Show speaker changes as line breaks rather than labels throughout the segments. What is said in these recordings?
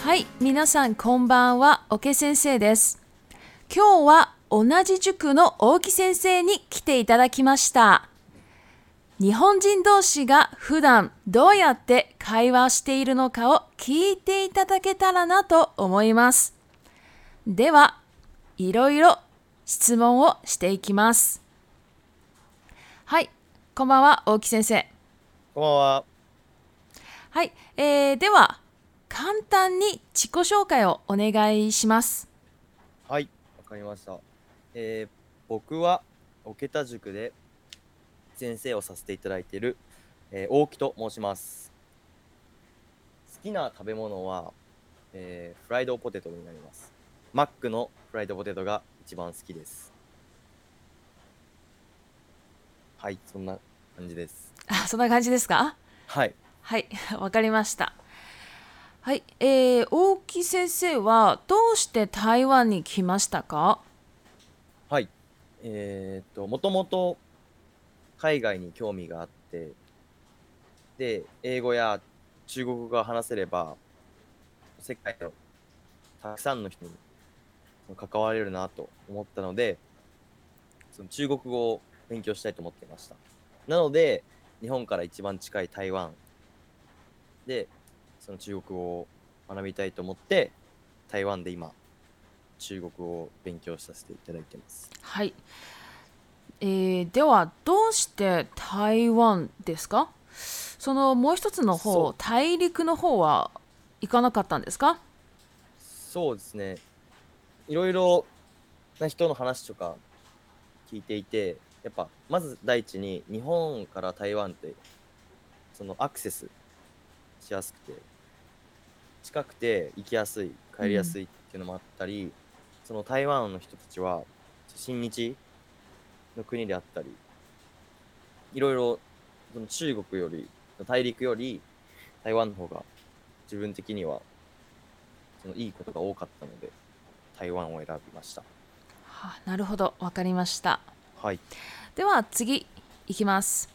はい、皆さんこんばんは、おけ先生です。今日は同じ塾の大木先生に来ていただきました。日本人同士が普段どうやって会話しているのかを聞いていただけたらなと思います。では、いろいろ質問をしていきます。はい、こんばんは、大木先生。
こんばんは。
はい、えー、では簡単に自己紹介をお願いします。
はい、わかりました。えー、僕は、桶田塾で先生をさせていただいている、えー大木と申します。好きな食べ物は、えーフライドポテトになります。マックのフライドポテトが一番好きです。はい、そんな感じです。
あ、そんな感じですか？
はい。
はい、 わかりました。はい、えー、大木先生はどうして台湾に来ましたか？
はい。えー、っと、もともと海外に興味があって、で、英語や中国語が話せれば、世界のたくさんの人に関われるなと思ったので、その中国語を勉強したいと思っていました。なので、日本から一番近い台湾で、その中国語を学びたいと思って、台湾で今、中国語を勉強させていただいてます。
はい。えー、ではどうして台湾ですか？そのもう一つの
そ
方
う、
大陸の方は行かなかったんですか？
そうですね。いろいろな人の話とか聞いていて、やっぱまず第一に日本から台湾ってそのアクセスしやすくて近くて行きやすい帰りやすいっていうのもあったり、その台湾の人たちは親日の国であったりいろいろその中国より大陸より台湾の方が自分的にはそのいいことが多かったので台湾を選びました
はあなるほど、わかりました。
はい
では次いきます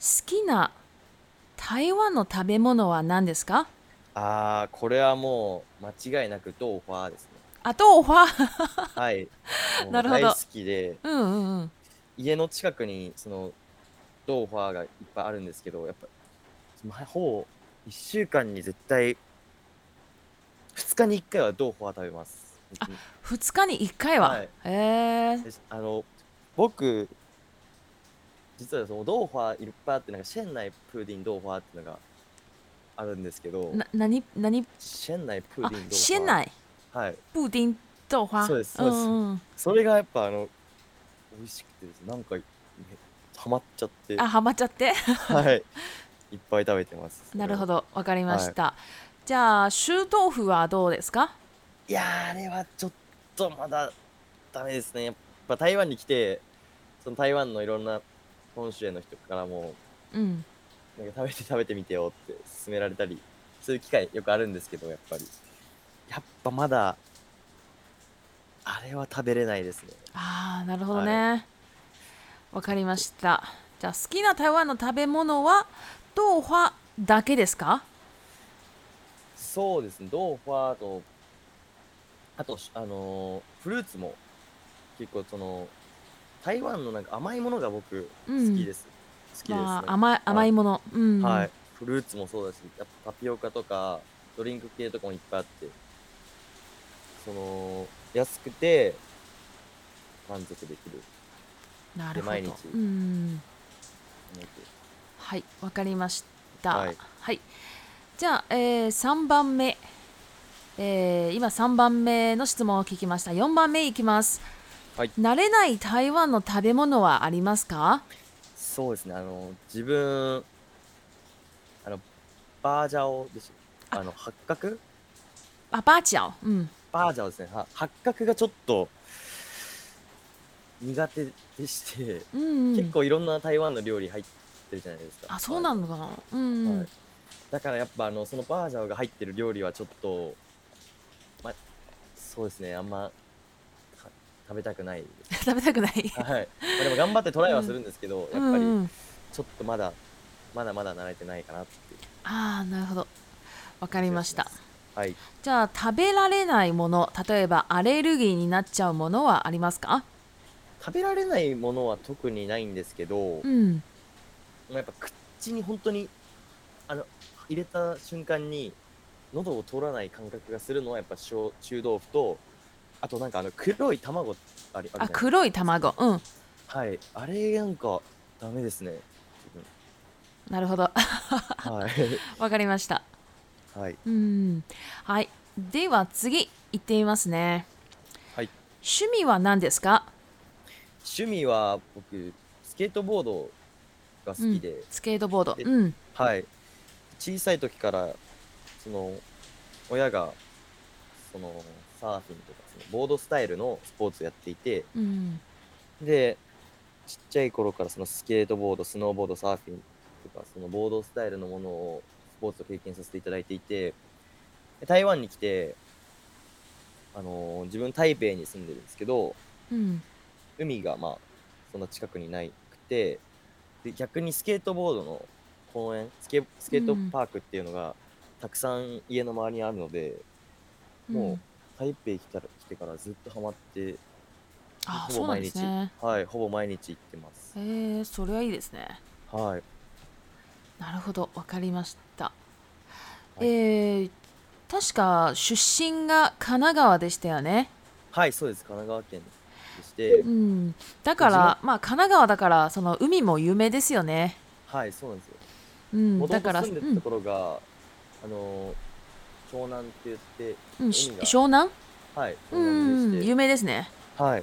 好きな台湾の食べ物は何ですか
あーこれはもう間違いなく豆花ですね
あと は
はいもう
なるほど
大好きで
うんうんうん
家の近くにそのドーファーがいっぱいあるんですけどやっぱまほぼ1週間に絶対2日に1回はドーファー食べます
2日に1回は、
はい
へえ
であの僕実はそのドーファーいっぱいあってなんかシェンナイプーディンドーファーっていうのがあるんですけど
な何何
シェンナイプー
あ
ディンドーファー
シェンナイ
はい
布丁豆花
そうですそうです
んん
それがやっぱあの美味しくてですねなんかねハマっちゃって
あハマっちゃって
はいいっぱい食べてます
なるほ
ど
どわかりました、じゃあ臭豆腐はどうですか
いやーあれはちょっとまだダメですねやっぱ台湾に来てその台湾のいろんな本州への人からも
うん
なんか食べて食べてみてよって勧められたりそういう機会よくあるんですけどやっぱりやっぱまだあれは食べれないですね
ああなるほどねわ、かりましたじゃあ好きな台湾の食べ物は豆花だけですか
そうですねドーファーとあとあのーフルーツも結構その台湾のなんか甘いものが僕
う
好
ん
きです、好きです、ね
まあ、甘い甘いもの、うん、
はい、フルーツもそうだし、やっぱタピオカとか、ドリンク系とかもいっぱいあって、その、安くて、満足できる
なるほ
毎日
ど、うん、
もので。
はいわかりましたは
はいい、
じゃあ、え3番目、えー今3番目の質問を聞きました4番目いきます、
はい
慣れない台湾の食べ物はありますか
そうですね、あの、自分、あの、バージャオでしょあの、八角
あバーチャオ、うん、
バージャオですね。は八角がちょっと、苦手でして、
うんうん
結構いろんな台湾の料理入ってるじゃないですか。
あそうなのかな、うん、
はいだからやっぱあのそのバージャーが入ってる料理はちょっと、ま、そうですねあんまか食べたくないです
食べたくない
はい、 まあ、でも頑張ってトライはするんですけど、やっぱ
うんう
り
ん
ちょっとまだまだまだ慣れてないかなっていう
ああなるほどわかりました
気がしますはい
じゃあ食べられないもの例えばアレルギーになっちゃうものはありますか
食べられないものは特にないんですけど、
うん
やっぱ口に本当にあの入れた瞬間に喉を通らない感覚がするのはやっぱ小中豆腐とあとなんかあの黒い卵ありあ
あ
るじゃない
黒い卵うん
はいあれなんかダメです ね
なるほど
はい
わかりました
はい
うんはいでは次行ってみますね
はい
趣味は何ですか
趣味は僕スケートボードが好きで、
スケートボード
え
うん
はい小さい時からその親がそのサーフィンとかそのボードスタイルのスポーツやっていて、
うん
でちっちゃい頃からそのスケートボードスノーボードサーフィンとかそのボードスタイルのものをスポーツを経験させていただいていてで台湾に来て、あのー自分台北に住んでるんですけど
うん
海がまあそんな近くにないくてで逆にスケートボードの公園スケスケートパークっていうのがたくさん家の周りにあるので、もう台北来たら来てからずっとハマって
あ
ほ
そう
ぼ
なん
毎
で
日
すね
はいほぼ毎日行ってます
へえそれはいいですね
はい
なるほどわかりました、
はい
えー確か出身が神奈川でしたよね
はい、そうです。神奈川県でして
う、んだからまあ神奈川だからその海も有名ですよね
はい、そうなんですよ。
うん
もと
だ
も
から、
と
う
住んでたと
ん
ころが、あのー、湘南って言って、
うん、し
海が
湘南
はい、
う
湘南
ん
でして、
有名ですね
はい。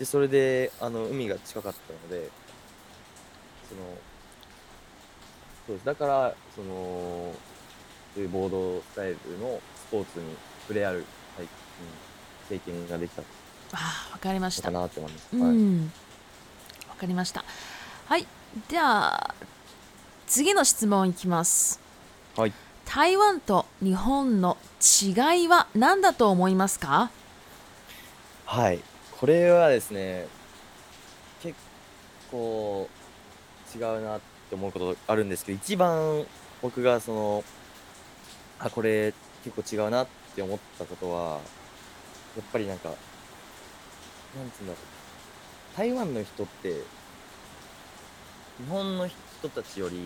で、それで、あの、海が近かったので、その、そうです。だから、その、そういうボードスタイルのスポーツに触れ合う、はい、うん経験ができたの
あーわかりました
かなって思います。
う
はい。
んわかりましたはいじゃあ次の質問いきます
はい
台湾と日本の違いは何だと思いますか
はい、これはですね、結構違うなって思うことあるんですけど、一番僕がその、あ、これ結構違うなって思ったことは、やっぱりなんか、なんつうんだろう。台湾の人って、日本の人たちより、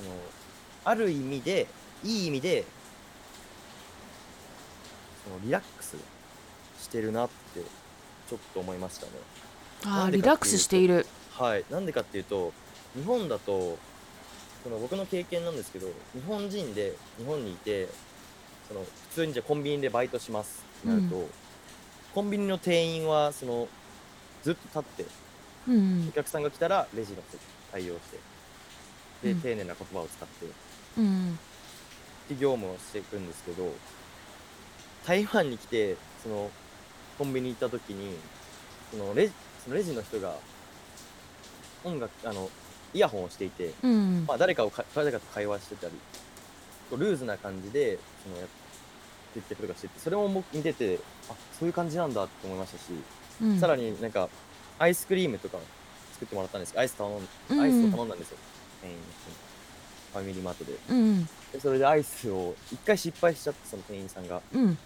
その、ある意味で、いい意味で、そのリラックスしてるなって、ちょっと思いましたね。
あ
な
ー
んで
リ
か
ラッ
っていうと
クスしている
はい、なんでかっていうと、日本だと、その僕の経験なんですけど、日本人で日本にいて、その普通にじゃあコンビニでバイトしますってなると、コンビニの店員はそのずっと立って、
うんう
お
ん
客さんが来たらレジの人に対応して、で、
うん
丁寧な言葉を使って、
うん
で業務をしていくんですけど、台湾に来て、そのコンビニ行った時に、そのレジそのレジの人が音楽、あの、イヤホンをしていて、
うん
まあ、誰かをか誰かと会話してたりこうルーズな感じでそのや接客とかしててそれも僕見ててあそういう感じなんだって思いましたし、
うん
さらになんかアイスクリームとか作ってもらったんですけどアイス頼ん
うん
アイスを頼んだんですよ、店員の人にファミリーマートで
うん
でそれでアイスを一回失敗しちゃってその店員さんが
うん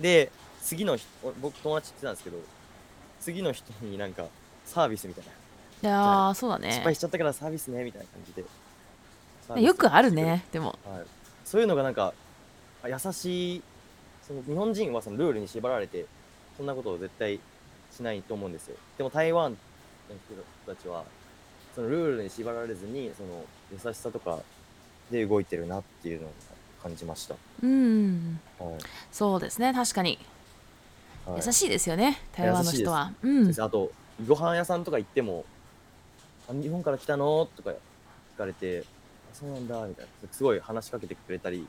で次の日お僕友達って言ってたんですけど次の人になんかサービスみたいな、
いやーそうだね
失敗しちゃったからサービスねみたいな感じでサービス
よくあるねでも
はい、そういうのがなんかあ優しいその日本人はそのルールに縛られてそんなことを絶対しないと思うんですよでも台湾の人たちはそのルールに縛られずにその優しさとかで動いてるなっていうのを感じました、
うん
はい
そうですね確かに
はい
優しいですよね台湾の人はう
そうんですあとご飯屋さんとか行っても「あ日本から来たの?」とか聞かれて「あそうなんだ」みたいなすごい話しかけてくれたり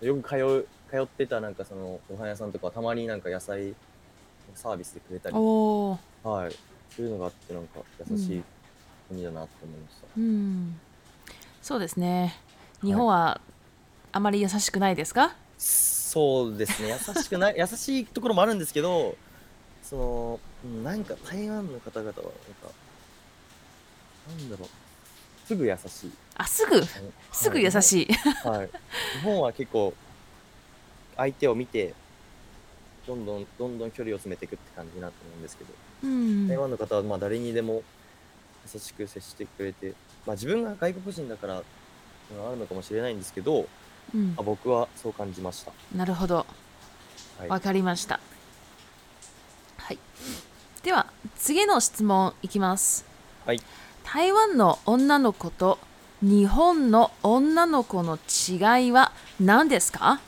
よく通う通ってたなんかそのご飯屋さんとかはたまになんか野菜サービスでくれたり、
おお
はい、そういうのがあってなんか優しい国だなって思いました、
うんそうですね
い
日本はあまり優しくないですか、
そうですね優しくない 優しいところもあるんですけどそのうんなんか台湾の方々はなんかなんだろうすぐ優しい。
あ、すぐ、すぐ優
い。
しい。
はい。日本は結構、相手を見て、どんどん、どんどん距離を詰めていくって感じになると思うんですけど、
うん
台湾の方は、まあ、誰にでも優しく接してくれて、まあ、自分が外国人だから、あるのかもしれないんですけど、
うん
あ、僕はそう感じました。
なるほど。
はい。
わかりました。はい。では、次の質問いきます。
はい。
台湾の女の子と日本の女の子の違いは何ですか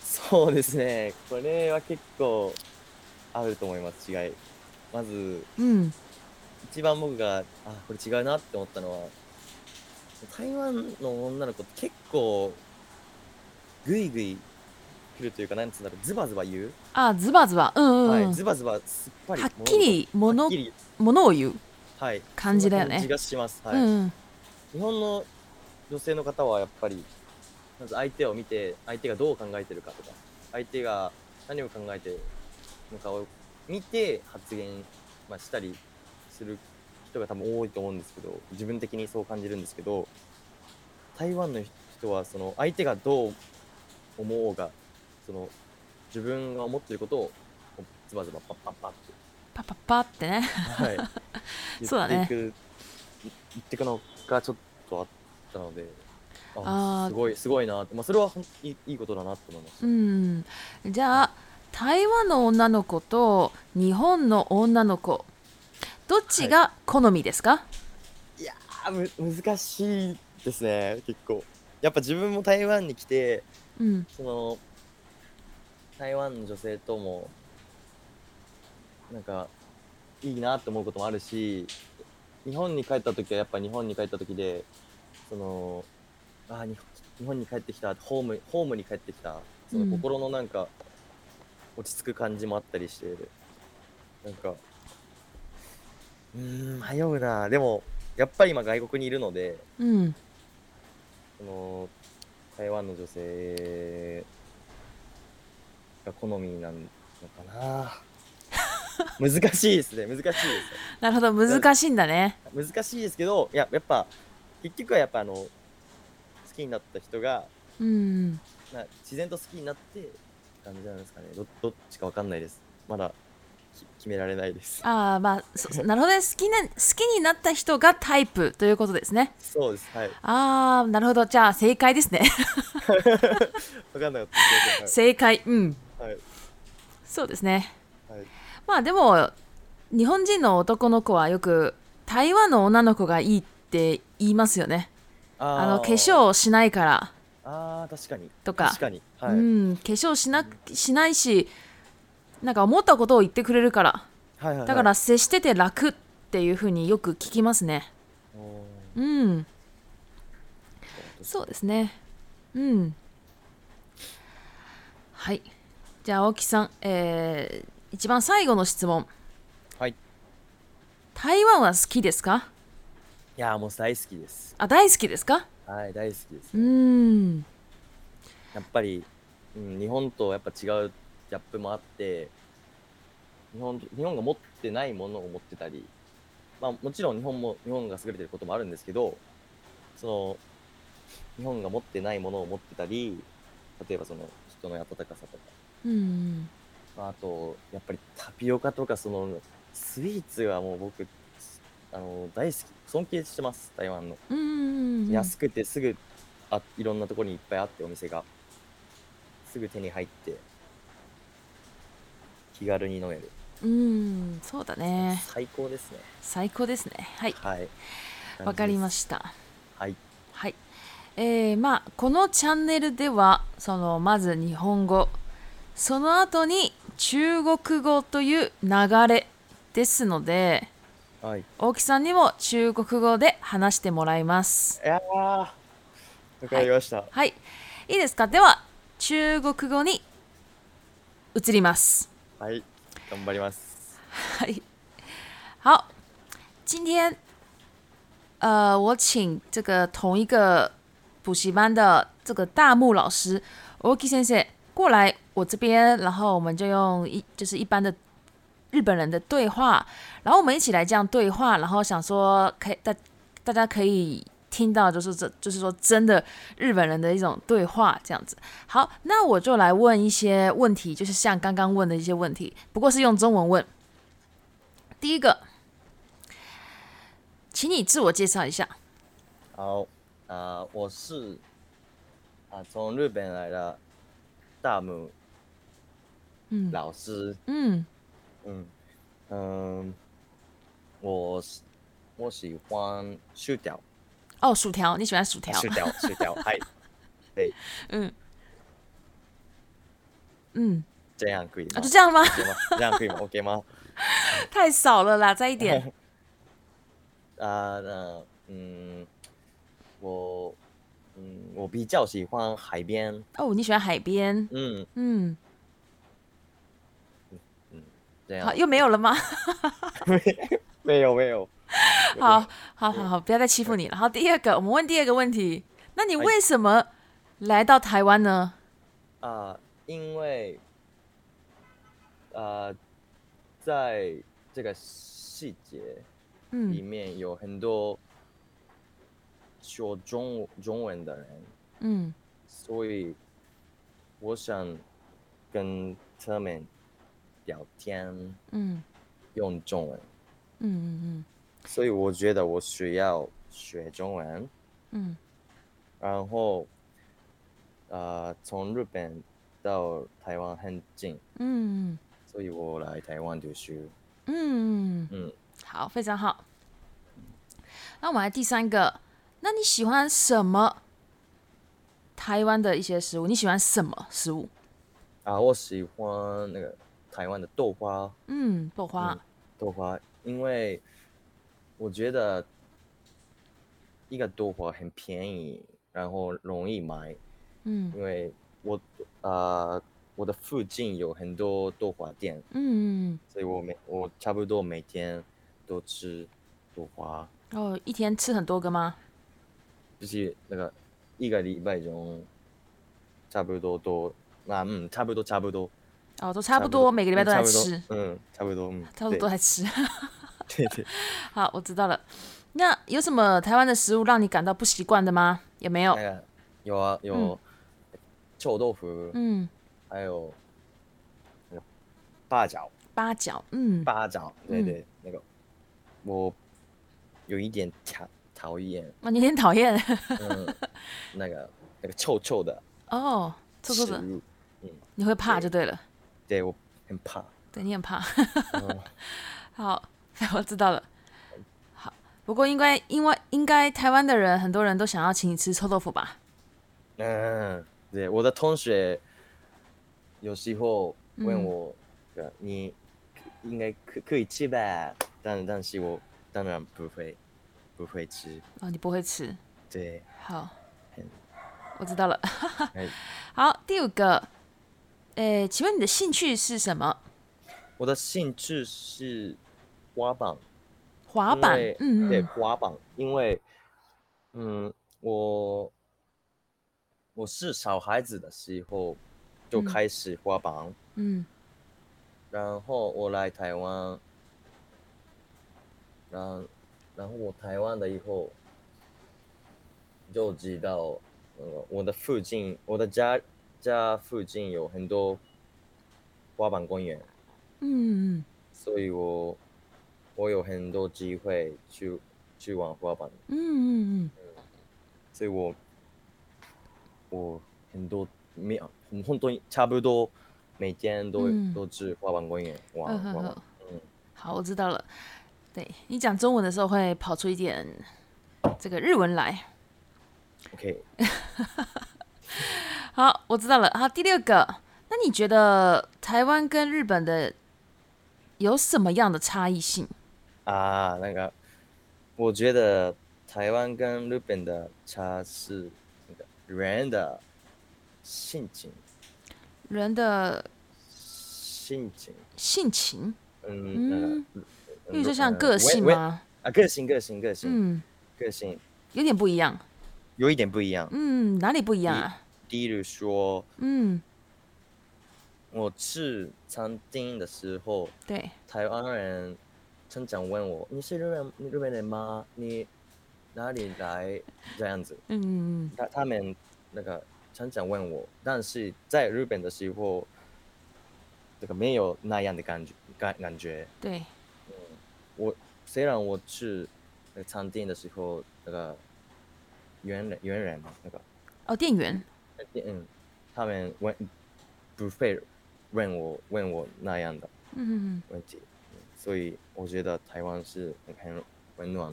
そうですね。これは結構あると思います、違い。まず、
うん。
一番僕が、あ、これ違うなって思ったのは、台湾の女の子って結構、ぐいぐい来るというか、なんつうんだろう、ズバズバ言う。
あ、ズバズバ。うんうんうん、
はい。ズバズバ、すっぱり。
はっきり
物
物
事、はっきり、
物を言う。
はい。
感じだよね
そんな感じがします。はい。
うんうん。
日本の女性の方はやっぱりまず相手を見て相手がどう考えてるかとか相手が何を考えてるのかを見て発言、まあ、したりする人が多分多いと思うんですけど自分的にそう感じるんですけど台湾の人はその相手がどう思おうがその自分が思ってることをズバズバパッパッパッって
パパパってね。
はい、
そうだね
言っていく言っていくのがちょっとあったのであ
あー
すごいすごいなって、まあ、それはほんいいいいことだなって思いました、
うん。じゃあ、台湾の女の子と日本の女の子、どっちが好みですか、
いやーむ難しいですね結構やっぱ自分も台湾に来て
うん。
その台湾の女性ともなんかいいなって思うこともあるし日本に帰った時はやっぱ日本に帰った時でそのあー日日本に帰ってきたホームホームに帰ってきたその
うん
心のなんか落ち着く感じもあったりして、なんかうーん迷うなでもやっぱり今外国にいるので
うん。
その台湾の女性が好みなの かな難しいですね難しいです
なるほど、難しいんだね。
難しいですけどいややっぱ結局はやっぱあの好きになった人が
うん。
な自然と好きになってって感じなんですかねどどっちかわかんないですまだき決められないです
ああ、まあ、そそなるほどね。好きな、好きになった人がタイプということですね。
そうですはい
ああ、なるほど。じゃあ、正解ですね。
わかんなかったで す
正解。うん。
はいはい
そうですね。
はい
まあ、でも、日本人の男の子はよく、台湾の女の子がいいって言いますよね。
あー
あの、化粧をしないから
あー確かに
とか。
確かにはい、
うん。化粧しな、しないし、なんか思ったことを言ってくれるから。
はいはいはい
だから、接してて楽っていうふうによく聞きますね。
おー
うん。そうですね。うん。はい。じゃあ、青木さん、えー一番最後の質問。
はい。い
台湾は好きですか
やーもう大好きです。
あ、大好きですか
はい、大好きです。
うーん。
やっぱり、うん、日本とやっぱ違うギャップもあって、日本、日本が持ってないものを持ってたり、まあもちろん日本も、日本が優れてることもあるんですけど、その、日本が持ってないものを持ってたり、例えばその人の温かさとか、
うん。
まあ、あと、やっぱりタピオカとかその、スイーツはもう僕、あの、大好き、尊敬してます、台湾の。
うーん。
安くてすぐあいろんなところにいっぱいあってお店がすぐ手に入って気軽に飲める、
うーん。そうだね。
最高ですね
最高ですね。はい。
はい
わかりま
し
した。
たはい
はい。えーまあ、このチャンネルでは、その、まず日本語、その後に中国語という流れですので、
はい
大木さんにも中国語で話してもらいます。
いやーわかりました、
はい。いいですかでは、中国語に移ります。
はい、頑張ります
はい。 好，今天，呃，我请这个同一个补习班的这个大木老师 Oki 先生过来我这边，然后我们就用一就是一般的日本人的对话，然后我们一起来这样对话，然后想说可以大大家可以听到，就是这就是说真的日本人的一种对话这样子。好，那我就来问一些问题，就是像刚刚问的一些问题，不过是用中文问。第一个，请你自我介绍一下。
好，啊、我是啊从日本来的大母
嗯
老师。
嗯
嗯嗯，我是我喜欢薯条，
哦，薯条，你喜欢薯条？
薯条，薯条，はい。对，
嗯嗯，
这样可以
啊，
吗？
就这样吗？
OK 吗？这样可以吗？OK 吗？
太少了啦，再一点。
啊，那嗯，我嗯，我比较喜欢海边。
哦，你喜欢海边？
嗯，
嗯，
这样
好，。又没有了吗？
没有没有。
好，好，好，好，不要再欺负你了。好，第二个，我们问第二个问题，那你为什么来到台湾呢？
啊，因为啊，在这个细节里
嗯
面有很多说中中文的人，
嗯，
所以我想跟他们聊天
嗯
用中文，
嗯嗯
所以我觉得我需要学中文。
嗯
然后，呃，从日本到台湾很近，
嗯嗯
所以我来台湾读书。
嗯嗯
嗯，
好，非常好。那我们来第三个，那你喜欢什么？台湾的一些食物，你喜欢什么食物？
啊，我喜欢那个台湾的豆花，
嗯，豆花。
嗯豆花，因为我觉得一个豆花很便宜，然后容易买，
嗯
因为我呃我的附近有很多豆花店，
嗯，
所以我每我差不多每天都吃豆花，
哦，一天吃很多个吗？
就是那个一个礼拜中差不多都那、嗯差不多差不多
哦，都差不多，每个礼拜都在
嗯差不多
吃，
嗯差不多嗯
差不多都
对
在吃。
对对
好，我知道了。那有什么台湾的食物让你感到不习惯的吗？也没有
那。个有啊有、臭豆腐，
嗯，
还有那个八角
八角，嗯
八角，对
嗯
对，那个我有一点讨讨厌，
哦，你有点讨厌
嗯，那个那个臭臭的
哦，臭
食
臭的，
物，
你会怕就对了，
对我很怕。
对你很怕。
嗯
好， 我知道了。好，不过应该因为应该台湾的人很多人都想要请你吃臭豆腐吧？
嗯，对，我的同学有时候问
嗯
我，呃你应该可可以吃吧？但但是我当然不会不会吃，
哦，你不会吃。
对，
好
嗯，
我知道了。
哎
好，第五个，诶，请问你的兴趣是什么？
我的兴趣是滑板，
滑板
因为，
嗯，
对，
嗯
滑板，因为，嗯，我我是小孩子的时候就
嗯
开始滑板，
嗯
然后我来台湾，然然后我台湾了以后，就知道，呃，我的附近，我的家家附近有很多滑板公园，
嗯嗯
所以我我有很多机会去去玩滑板，
嗯嗯
所以我我很多没有，本当に差不多每天都、
嗯
都去滑板公园
嗯，
玩
嗯
滑
呵
板
呵。好，我知道了。对你讲中文的时候会跑出一点这个日文来。
OK，
好，我知道了。好，第六个，那你觉得台湾跟日本的有什么样的差异性？
啊，那个，我觉得台湾跟日本的差是那个人的性情，
人的
性情，
性情，
嗯，那个，
嗯，
嗯
因为就像
呃
个
为
性
为
吗？
啊，个性，个性，个性，
嗯，
个性
有点不一样。
有一点不一样。
嗯，哪里不一样啊？
例如说，
嗯，
我吃餐厅的时候，
对，
台湾人常常问我：“你是日本日本人吗？你哪里来这样子？
うんうん
他他们那个常常问我，但是在日本的时候，这个没有那样的感觉感感觉。
对，
我虽然我去那个餐厅的时候，那个猿人猿人嘛，啊那个
哦，店员，
嗯，他们问不会问我问我那样的
うんうんうん，
问题，嗯所以我觉得台湾是很温暖。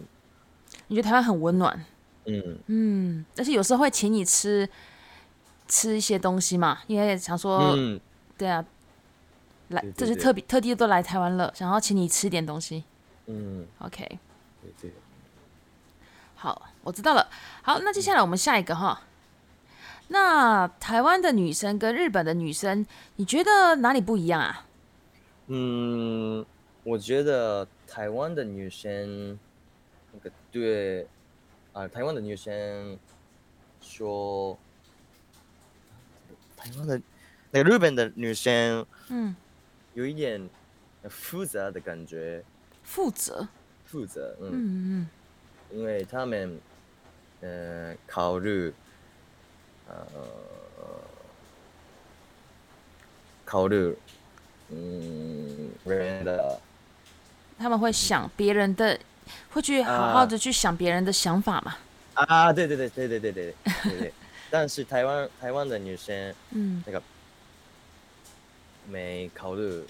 你觉得台湾很温暖，
嗯，
嗯，但是有时候会请你吃吃一些东西嘛，因为想说，
嗯，
对啊，来
对对
这是
对
特别特地都来台湾了，想要请你吃点东西。
嗯，
OK，
对对，
好，我知道了。好，那接下来我们下一个哈。那台湾的女生跟日本的女生，你觉得哪里不一样啊？
嗯，我觉得台湾的女生，那个对，啊、台湾的女生说，台湾的那个日本的女生
嗯，
有一点复杂的感觉，
负责，
复杂，
嗯
嗯，
嗯
因为他们，呃，考虑，呃，考虑，嗯，人的。
嗯，他们会想别人的，会去好好的去想别人的想法嘛。
啊，对对对对对对对对对对。 但是台湾台湾的女生
嗯，
那个没考虑，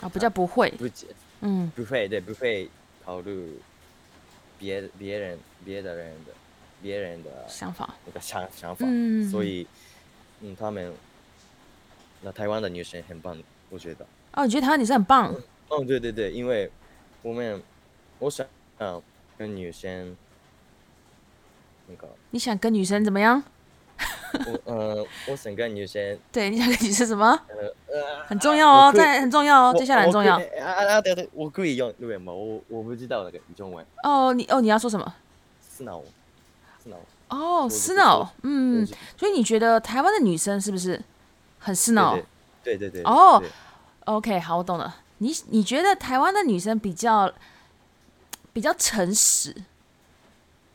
啊，比较不会，
不解
嗯
不会对不会考虑别别人别的人的别人的
想法。
那个想想法，
嗯
所以嗯，他们那台湾的女生很棒，我觉得。
哦，你觉得台湾女生很棒？
哦，对对对，因为我们我想嗯跟女生那个
你想跟女生怎么样？
我呃我想跟女生
对，你想跟女生什么？
呃
很重要哦，
我可以
在很重要哦，
我
接下来很
我
重
故
要
意啊啊啊！对对，我故意用日文嘛，我我不知道那个中文，
哦。你哦，你要说什么？
素直素直。
哦，
我
斯脑，嗯
对，对
所以你觉得台湾的女生是不是很斯脑
对对对。
哦
对
？OK，好，我懂了。你你觉得台湾的女生比较比较诚实，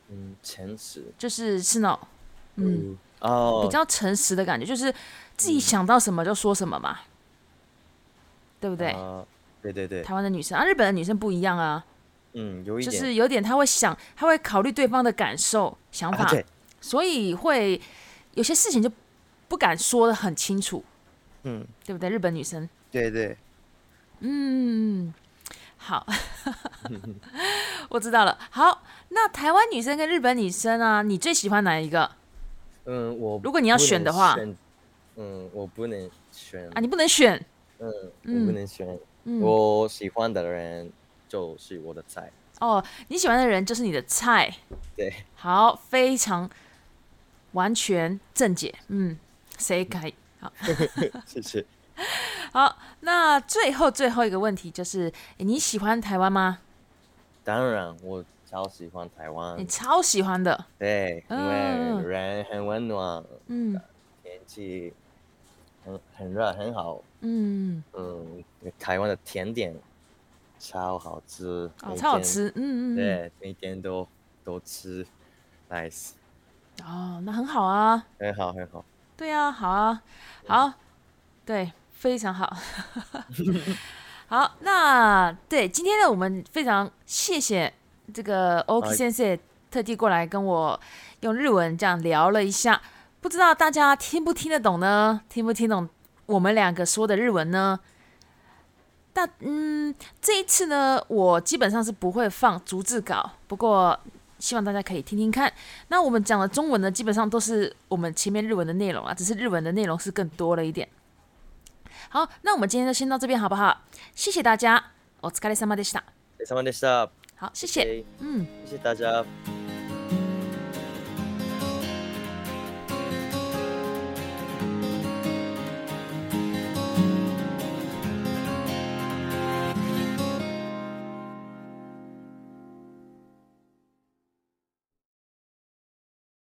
嗯，诚实。
就是斯脑，嗯，
嗯。哦。
比较诚实的感觉，就是自己想到什么就说什么嘛，对不对？
嗯啊对对对。
台湾的女生啊，日本的女生不一样啊，
嗯，有一
就
点。
是有点她会想，她会考虑对方的感受、想法
啊，，对，
所以会有些事情就不敢说的很清楚，
嗯，
对不对？日本女生，
对对。
嗯，好，我知道了。好，那台湾女生跟日本女生啊，你最喜欢哪一个啊？
嗯，我
如果你要
不能
选的话啊
选，嗯，我不能选，
你不能选，
嗯，我不
嗯
能选。
嗯，
我喜欢的人就是我的菜，
哦，你喜欢的人就是你的菜。
对，
好，非常完全正解，嗯，正解。
谢谢。
好，那最后最后一个问题就是，诶你喜欢台湾吗？
当然，我超喜欢台湾
你。超喜欢的，
对，因
嗯
为人很温暖，
嗯
天气很很热，很好。
嗯。
嗯，台湾的甜点超好吃，
哦，
每
超好
天。
吃，嗯嗯，嗯，
对，每天都都吃，nice，
哦，那很好啊，
很好很好。
对啊，好啊，好，对，非常好， 好，那对今天呢，我们非常谢谢这个 OK
哎
先生特地过来跟我用日文这样聊了一下，不知道大家听不听得懂呢？听不听懂我们两个说的日文呢？但嗯，这一次呢，我基本上是不会放逐字稿，不过希望大家可以听听看。那我们讲的中文呢，基本上都是我们前面日文的内容啊，只是日文的内容是更多了一点。好，那我们今天就先到这边好不好？谢谢大家，お疲れ様でした。
お疲れ様でした。
好，谢谢，
谢
嗯，
谢大家，